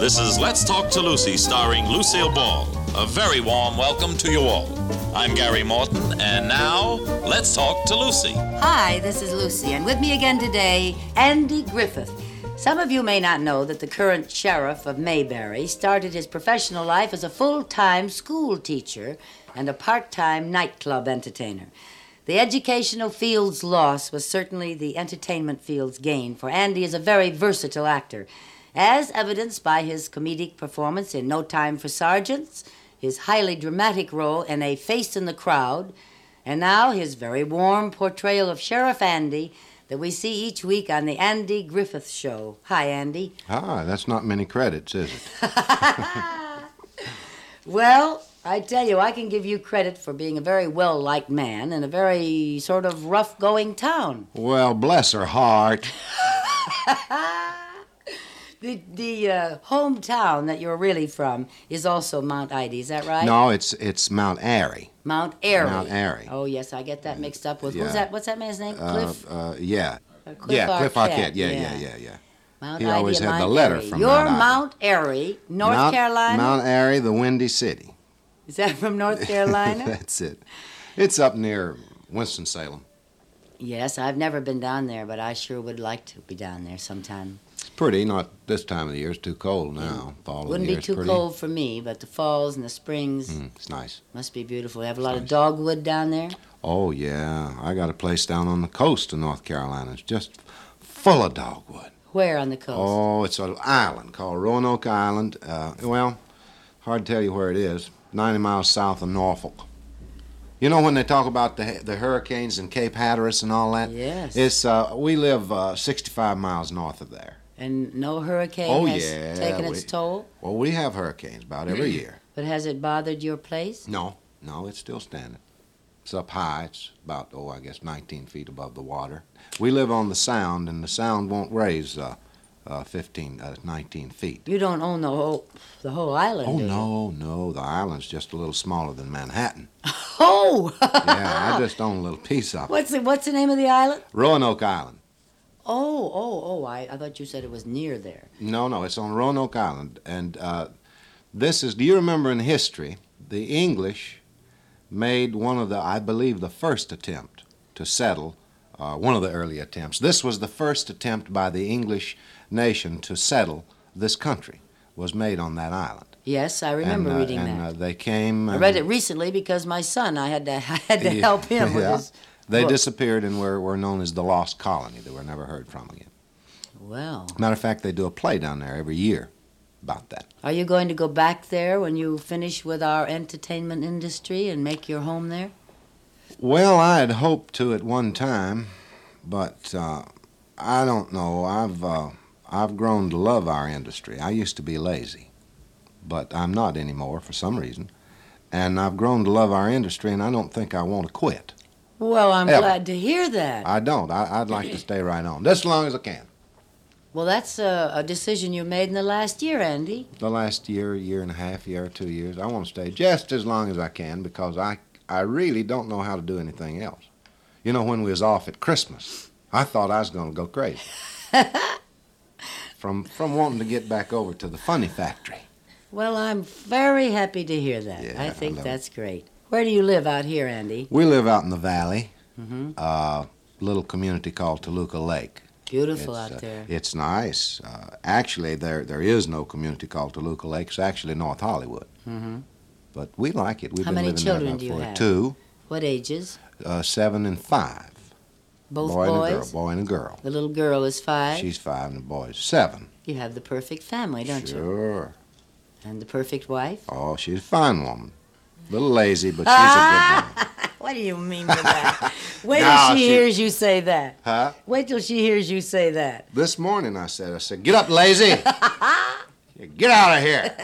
This is Let's Talk to Lucy, starring Lucille Ball. A very warm welcome to you all. I'm Gary Morton, and now let's talk to Lucy. Hi, this is Lucy, and with me again today, Andy Griffith. Some of you may not know that the current sheriff of Mayberry started his professional life as a full time school teacher and a part time nightclub entertainer. The educational field's loss was certainly the entertainment field's gain, for Andy is a very versatile actor, as evidenced by his comedic performance in No Time for Sergeants, his highly dramatic role in A Face in the Crowd, and now his very warm portrayal of Sheriff Andy that we see each week on the Andy Griffith Show. Hi, Andy. Ah, that's not many credits, is it? Well, I tell you, I can give you credit for being a very well liked man in a very sort of rough going town. Well, bless her heart. The, the uh, hometown that you're really from is also Mount Ida, is that right? No, it's it's Mount Airy. Mount Airy. Mount Airy. Oh, yes, I get that mixed up with. Yeah. Who's that? What's that man's name? Cliff? Uh, uh, yeah. Uh, Cliff yeah, Cliff Arquette, Arquette. Yeah, yeah, yeah, yeah. Mount he Ida, always had the Mount letter Airy. from You're Mount Ida. Mount Airy, North Mount, Carolina? Mount Airy, the Windy City. Is that from North Carolina? that's it. It's up near Winston Salem. yes, I've never been down there, but I sure would like to be down there sometime. It's pretty. Not this time of the year. It's too cold now. Fall of the Wouldn't year be is too pretty. cold for me, but the falls and the springs Mm, it's nice. must be beautiful. They have a lot of nice. dogwood down there. Oh yeah, I got a place down on the coast of North Carolina. It's just full of dogwood. Where on the coast? Oh, it's an island called Roanoke Island. Uh, well, hard to tell you where it is. 90 miles south of Norfolk. You know when they talk about the the hurricanes in Cape Hatteras and all that? Yes. It's uh, we live uh, 65 miles north of there. And no hurricane Oh, has yeah, taken its we- toll? Well, we have hurricanes about every year. But has it bothered your place? No, no, it's still standing. It's up high. It's about oh, I guess 19 feet above the water. We live on the Sound, and the Sound won't raise uh, uh, 15, uh, 19 feet. You don't own the whole the whole island. Oh do you? no, no, the island's just a little smaller than Manhattan. Oh, Yeah, I just own a little piece of it. what's the what's the name of the island? Roanoke Island. Oh, oh, oh! I, I thought you said it was near there. No, no, it's on Roanoke Island, and uh, this is. Do you remember in history the English made one of the, I believe, the first attempt to settle. Uh, one of the early attempts. This was the first attempt by the English nation to settle this country. Was made on that island. Yes, I remember and, uh, reading and, that. Uh, they came. I read it recently because my son. I had to I had to Yeah, help him with yeah. his. They book. disappeared and were, were known as the Lost Colony. They were never heard from again. Well, Matter of fact, they do a play down there every year about that. are you going to go back there when you finish with our entertainment industry and make your home there? Well, I had hoped to at one time, but uh, I don't know. I've uh, I've grown to love our industry. I used to be lazy, but I'm not anymore for some reason, and I've grown to love our industry. And I don't think I want to quit. Well, I'm Ever. glad to hear that. I don't. I, I'd like to stay right on just as long as I can. Well, that's a, a decision you made in the last year, Andy. the last year, year and a half, year, two years, I want to stay just as long as I can because I, I really don't know how to do anything else. You know, when we was off at Christmas, I thought I was going to go crazy from from wanting to get back over to the funny factory. Well, I'm very happy to hear that. Yeah, I I think love it. that's great. Where do you live out here, Andy? We live out in the valley, Mm-hmm. uh, little community called Toluca Lake. Beautiful It's, out uh, there. It's nice. Uh, actually, there there is no community called Toluca Lake. It's actually North Hollywood, Mm-hmm. but we like it. We've How been many living children there about do you four- have? Two, What ages? uh, seven, and five. Both boy boys. and a girl. Boy and a girl. The little girl is five. She's five and the boy's seven. You have the perfect family, don't you? sure. And the perfect wife. Oh, she's a fine woman. little lazy, but she's a good woman. What do you mean by that? Wait till No, she, she- hears you say that. Huh? Wait till she hears you say that. This morning I said, I said, get up, lazy. Yeah, get out of here.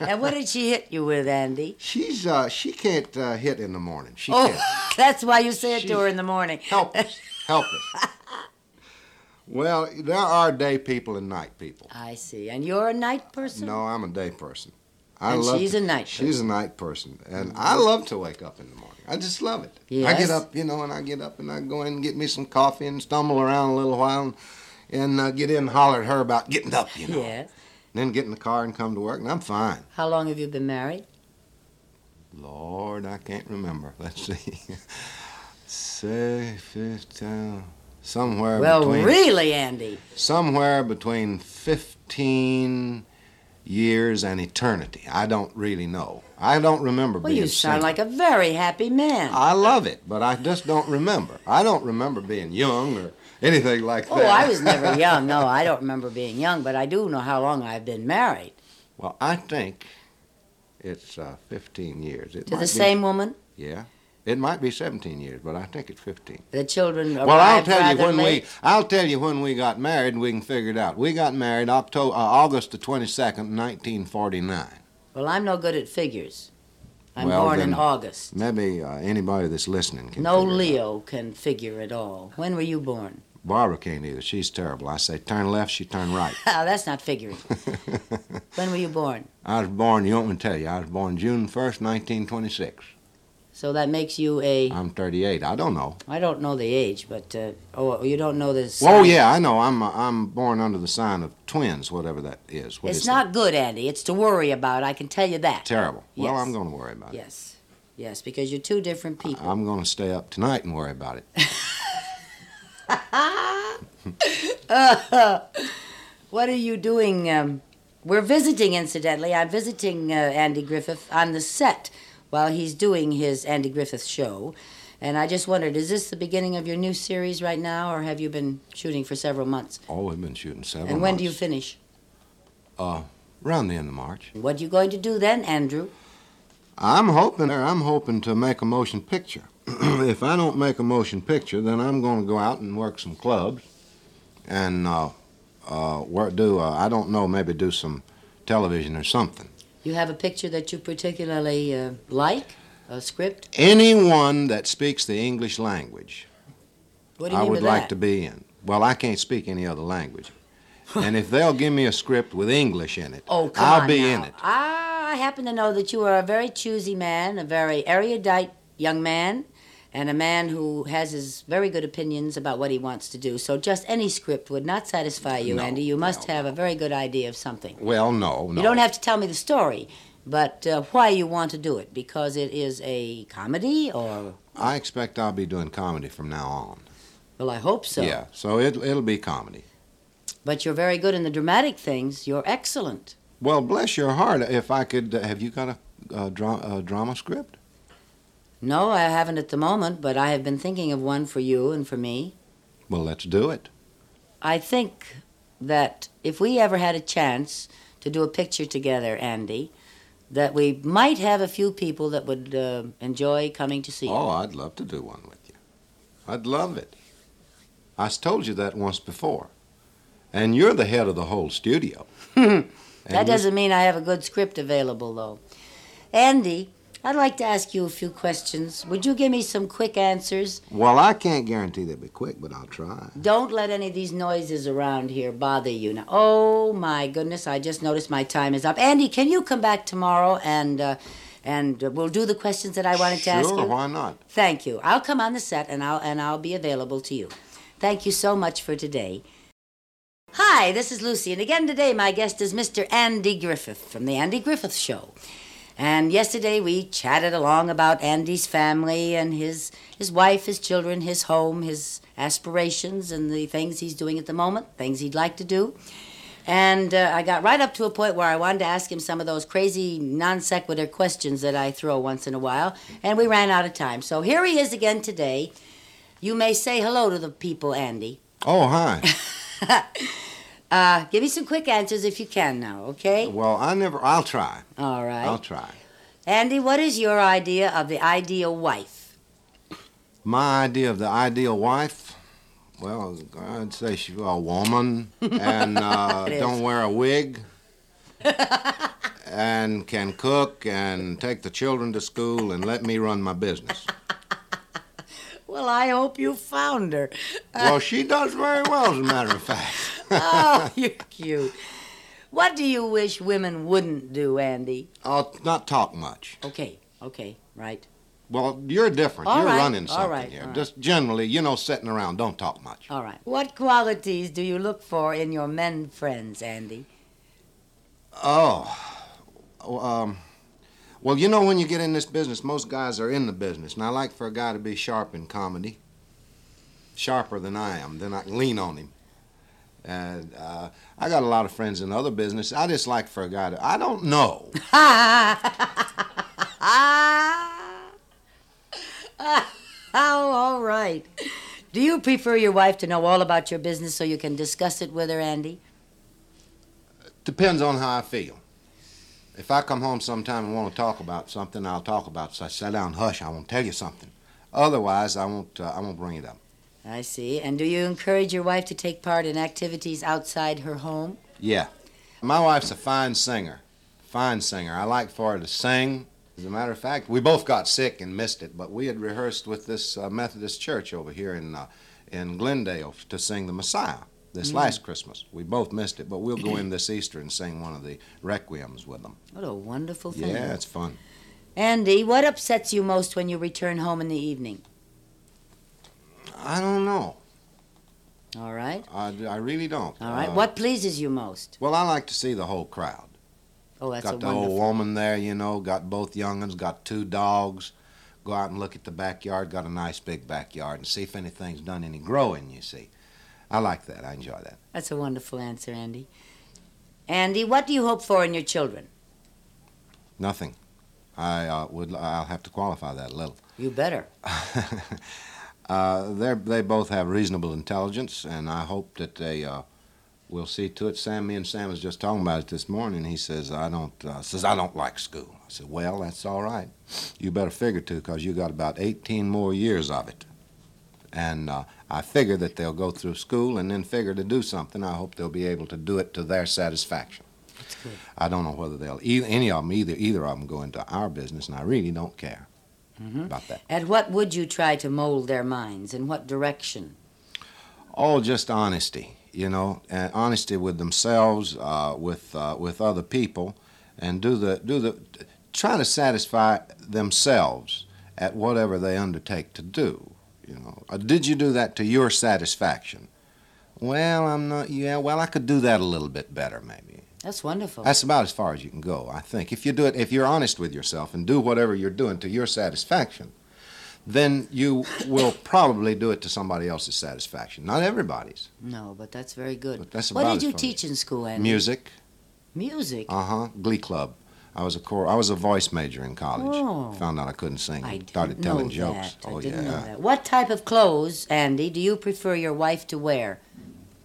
And what did she hit you with, Andy? She's uh, she can't uh, hit in the morning. She Oh, can't. that's why you say it to She's- her in the morning. Help us. Help us. Well, there are day people and night people. I see. And you're a night person? No, I'm a day person. I And love she's to- a night Mm-hmm. She's a night person, and I love to wake up in the morning. I just love it. I Yes. get up, you know, and I get up and I go in and get me some coffee and stumble around a little while and, and uh, get in and holler at her about getting up, you know. Yes. then get in the car and come to work, and I'm fine. How long have you been married? Lord, I can't remember. Let's see. Say, 15, somewhere well, between. really, Andy. somewhere between 15 years and eternity. I don't really know. I don't remember Well, being you sound single. like a very happy man. I love it, but I just don't remember. I don't remember being young or anything like oh, that. I was never young. No, I don't remember being young, but I do know how long I've been married well, I think it's uh, 15 years. It to might the be- same woman. Yeah. It might be 17 years, but I think it's 15. The children. well, I'll arrived tell you rather when late. we I'll tell you when we got married and we can figure it out. We got married October uh, August the 22nd, 1949. Well, I'm no good at figures. I'm Well, born in then- August. Maybe uh, anybody that's listening can No figure it out. Leo can figure at all. When were you born? Barbara can't either. She's terrible. I say turn left, she turn right. Ah, that's not figuring. when were you born? I was born, you want me to tell you, I was born June 1st, 1926. So that makes you a. I'm 38. I don't know. I don't know the age, but uh, oh, you don't know this. Oh, yeah, I know. I'm uh, I'm born under the sign of twins, whatever that is. What It's is not that? good, Andy. It's to worry about. I can tell you that. terrible. Well, Yes. I'm going to worry about it. Yes, yes, because you're two different people. I'm going to stay up tonight and worry about it. What are you doing? Um, we're visiting, incidentally. I'm visiting uh, Andy Griffith on the set while he's doing his Andy Griffith show. And I just wondered, is this the beginning of your new series right now, or have you been shooting for several months? Oh, we've been shooting several. and when do you months. Uh, finish? Around the end of March. What are you going to do then, Andrew? I'm hoping. I'm hoping to make a motion picture. if I don't make a motion picture, then I'm going to go out and work some clubs, and uh, uh, work, do. Uh, I don't know. Maybe do some television or something. You have a picture that you particularly uh, like? A script? Anyone that speaks the English language, What do you I mean would by like that? to be in. Well, I can't speak any other language. and if they'll give me a script with English in it, Oh, come I'll on be now. Ah, in it. I happen to know that you are a very choosy man, a very erudite young man, and a man who has his very good opinions about what he wants to do. So just any script would not satisfy you, No, Andy. You must no, have a very good idea of something. Well, no, no. You don't have to tell me the story, but uh, why you want to do it because it is a comedy or I expect I'll be doing comedy from now on. well, I hope so. Yeah, so it, it'll be comedy. But you're very good in the dramatic things. You're excellent. Well, bless your heart. If I could, uh, have you got a, uh dra- a drama script? No, I haven't at the moment, but I have been thinking of one for you and for me. Well, let's do it. I think that if we ever had a chance to do a picture together, Andy, that we might have a few people that would uh, enjoy coming to see you. Oh, I'd love to do one with you. I'd love it. I s- told you that once before. And you're the head of the whole studio. And that you- doesn't mean I have a good script available, though. Andy, I'd like to ask you a few questions. Would you give me some quick answers? Well, I can't guarantee they'll be quick, but I'll try. Don't let any of these noises around here bother you. Now, oh my goodness, I just noticed my time is up. Andy, can you come back tomorrow and uh, and uh, we'll do the questions that I wanted to ask you? Sure, why not? Thank you. I'll come on the set and I'll and I'll be available to you. Thank you so much for today. Hi, this is Lucy, and again today my guest is Mr. Andy Griffith from the Andy Griffith Show. And yesterday we chatted along about Andy's family and his his wife, his children, his home, his aspirations, and the things he's doing at the moment, things he'd like to do. And uh, I got right up to a point where I wanted to ask him some of those crazy non sequitur questions that I throw once in a while, and we ran out of time. So here he is again today. You may say hello to the people, Andy. Oh, hi. Uh, give me some quick answers if you can now, okay? well, I never. I'll try. All right. I'll try. Andy, what is your idea of the ideal wife? My idea of the ideal wife. Well, I'd say she's a woman and uh, It is. don't wear a wig and can cook and take the children to school and let me run my business. Well, I hope you found her. Well, she does very well, as a matter of fact. Oh, you're cute. What do you wish women wouldn't do, Andy? I'll not talk much. Okay, okay, right. Well, you're different. All you're right, running all something right, here. all right. Just generally, you know, sitting around, don't talk much. All right. What qualities do you look for in your men friends, Andy? Oh, um, well, you know, when you get in this business, most guys are in the business, and I like for a guy to be sharp in comedy. Sharper than I am, then I can lean on him. And uh, I got a lot of friends in other business. I just like for a guy to. I don't know. Ah! oh, all right. Do you prefer your wife to know all about your business so you can discuss it with her, Andy? Depends on how I feel. If I come home sometime and want to talk about something, I'll talk about it. So I sit down, hush. I won't tell you something. Otherwise, I won't. Uh, I won't bring it up. I see. And do you encourage your wife to take part in activities outside her home? Yeah. My wife's a fine singer. Fine singer. I like for her to sing. As a matter of fact, we both got sick and missed it, but we had rehearsed with this uh, Methodist church over here in, uh, in Glendale to sing the Messiah Mm. this last Christmas. We both missed it, but we'll go in this Easter and sing one of the requiems with them. What a wonderful thing. Yeah, it's fun. Andy, what upsets you most when you return home in the evening? I don't know. All right. I, I really don't. All right. Uh, what pleases you most? Well, I like to see the whole crowd. Oh, that's a got the old wonderful. woman there, you know, got both young'uns, got two dogs. Go out and look at the backyard, got a nice big backyard, and see if anything's done any growing, you see. I like that. I enjoy that. That's a wonderful answer, Andy. Andy, what do you hope for in your children? Nothing. I uh, would. I'll have to qualify that a little. You better. uh, they they both have reasonable intelligence, and I hope that they uh, will see to it. Sam, me and Sam was just talking about it this morning. He says I don't uh, says I don't like school. I said, well, that's all right. You better figure to, 'cause you got about 18 more years of it. And uh, I figure that they'll go through school and then figure to do something. I hope they'll be able to do it to their satisfaction. good. I don't know whether they'll either, any of them either either of them go into our business, and I really don't care about that. Mm-hmm. At what would you try to mold their minds? In what direction? all just honesty, you know, and honesty with themselves, uh, with uh, with other people, and do the do the try to satisfy themselves at whatever they undertake to do. You know, Uh, did you do that to your satisfaction? Well, I'm not. Yeah, well, I could do that a little bit better, maybe. That's wonderful. That's about as far as you can go, I think. If you do it, if you're honest with yourself and do whatever you're doing to your satisfaction, then you will probably do it to somebody else's satisfaction. Not everybody's. no, but that's very But good. that's What about did it you for me. teach in school, Andy? Music. Music. Uh huh. Glee club. I was a cor- I was a voice major in college. Oh. Found out I couldn't sing. I and didn't started know telling that. jokes. I oh didn't yeah. know that. What type of clothes, Andy, do you prefer your wife to wear?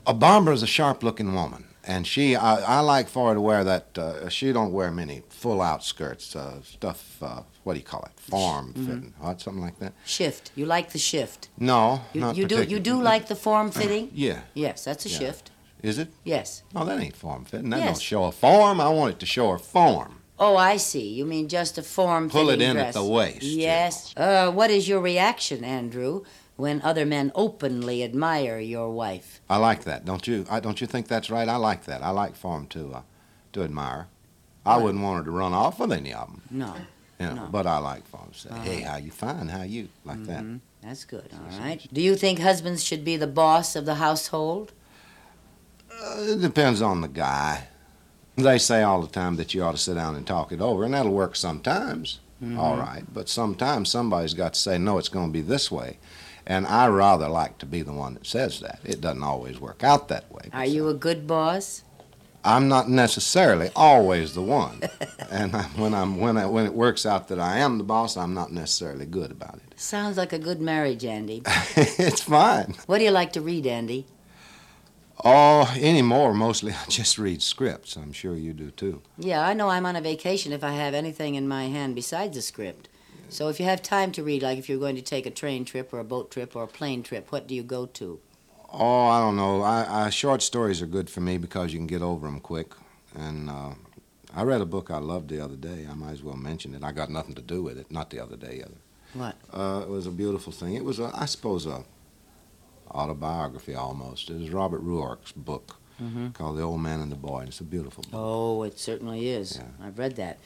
A Barbara's a sharp-looking woman, and she I, I like for her to wear that. Uh, she don't wear many full-out skirts. Uh, stuff. Uh, what do you call it? Form Mm-hmm. fitting. What? Something like that. Shift. You like the shift. No. You, not you do. You particular- do like the form fitting. Yeah. Yes, that's a Yeah. shift. Is it? Yes. No, that ain't form fitting. That Yes. don't show a form. I want it to show a form. Oh, I see. You mean just a form Pull it fitting in at dress. the waist, you Yes. Uh, what is your reaction, Andrew, when other men openly admire your wife? I like that. Don't you? I, don't you think that's right? I like that. I like form to uh, to admire. I wouldn't want her to run off with any of them. No, You know, No. Uh-huh. But I like form to say, "Hey, how you fine? How you like that?" that's good. All right. Do you think husbands should be the boss of the household? Uh, it depends on the guy. They say all the time that you ought to sit down and talk it over, and that'll work sometimes. Mm-hmm. all right, but sometimes somebody's got to say, "No, it's going to be this way," and I rather like to be the one that says that. It doesn't always work out that way. Are but you a good boss? I'm not necessarily always the one, and I, when I'm when I, when it works out that I am the boss, I'm not necessarily good about it. Sounds like a good marriage, Andy. it's fine. What do you like to read, Andy? Oh, anymore mostly I just read scripts. I'm sure you do too. Yeah, I know I'm on a vacation if I have anything in my hand besides a script. So if you have time to read, like if you're going to take a train trip or a boat trip or a plane trip, what do you go to? Oh, I don't know. I, I short stories are good for me because you can get over them quick. And uh, I read a book I loved the other day. I might as well mention it. I got nothing to do with it. Not the other day either. What? Uh, it was a beautiful thing. It was, a, I suppose, a autobiography almost. It was Robert Ruark's book called The Old Man and the Boy. And it's a beautiful book. Oh, it certainly is. I've read that.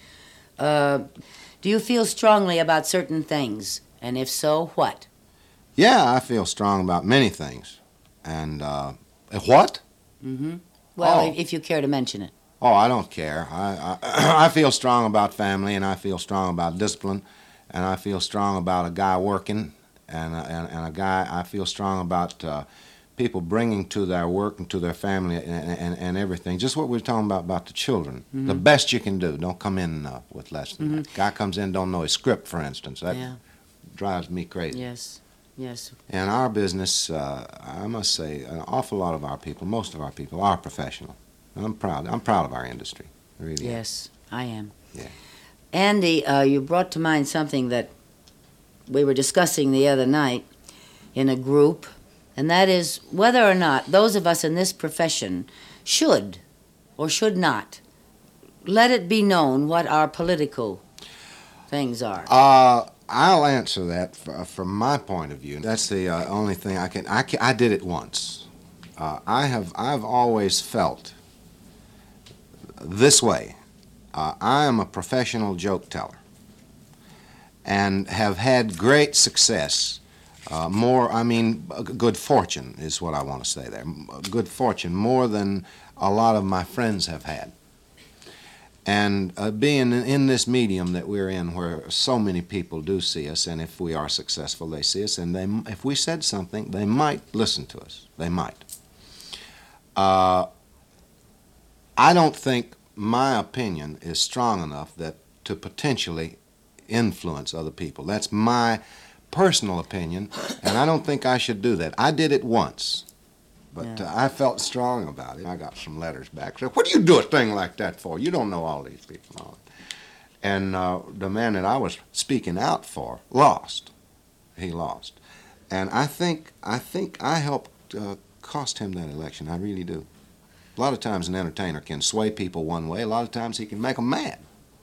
Uh, do you feel strongly about certain things? And if so, what? Yeah, I feel strong about many things. And uh, what? Well, Oh. Mm-hmm. if- if you care to mention it. Oh, I don't care. I, I, I feel strong about family, and I feel strong about discipline, and I feel strong about a guy working, and a, and, and a guy, I feel strong about uh, people bringing to their work and to their family and, and, and everything. Just what we were talking about about the children. The best you can do. Don't come in uh, with less than that. Guy comes in, don't know his script, for instance. That Yeah. drives me crazy. Yes. Yes. In our business, uh, I must say, an awful lot of our people, most of our people, are professional, and I'm proud. I'm proud of our industry. I Really. am. Yes. I am. Yeah. Andy, uh, you brought to mind something that we were discussing the other night in a group, and that is whether or not those of us in this profession should or should not let it be known what our political things are. Uh, I'll answer that f- from my point of view. That's the uh, only thing I can. I can, I did it once. Uh, I have. I've always felt this way. Uh, I am a professional joke teller, and have had great success. Uh, more, I mean, uh, g- good fortune is what I want to say there. M- uh, Good fortune, more than a lot of my friends have had and uh, being in- in this medium that we're in where so many people do see us and if we are successful they see us and they m- if we said something they might listen to us they might uh, i don't think my opinion is strong enough that to potentially influence other people that's my personal opinion and i don't think i should do that i did it once but uh, I felt strong about it. I got some letters back. Said, "What do you do a thing like that for? You don't know all these people." and all that." And uh, the man that I was speaking out for lost. He lost, and I think I think I helped uh, cost him that election. I really do. A lot of times an entertainer can sway people one way. A lot of times he can make them mad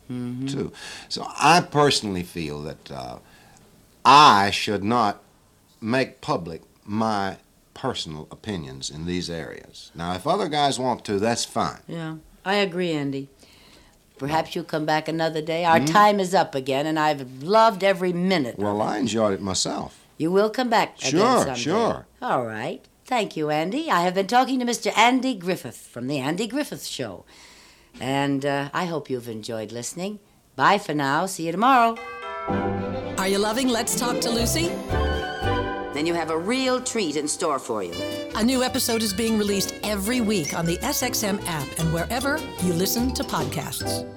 too. So I personally feel that uh, I should not make public my personal opinions in these areas. Now, if other guys want to, that's fine. Yeah, I agree, Andy. Perhaps you'll come back another day. Our time is up again, and I've loved every minute. Well, I enjoyed it myself. You will come back again Sure, someday. sure. All right. Thank you, Andy. I have been talking to Mr. Andy Griffith from The Andy Griffith Show. And uh, I hope you've enjoyed listening. Bye for now. See you tomorrow. Are you loving Let's Talk to Lucy? Then you have a real treat in store for you. A new episode is being released every week on the SXM app and wherever you listen to podcasts.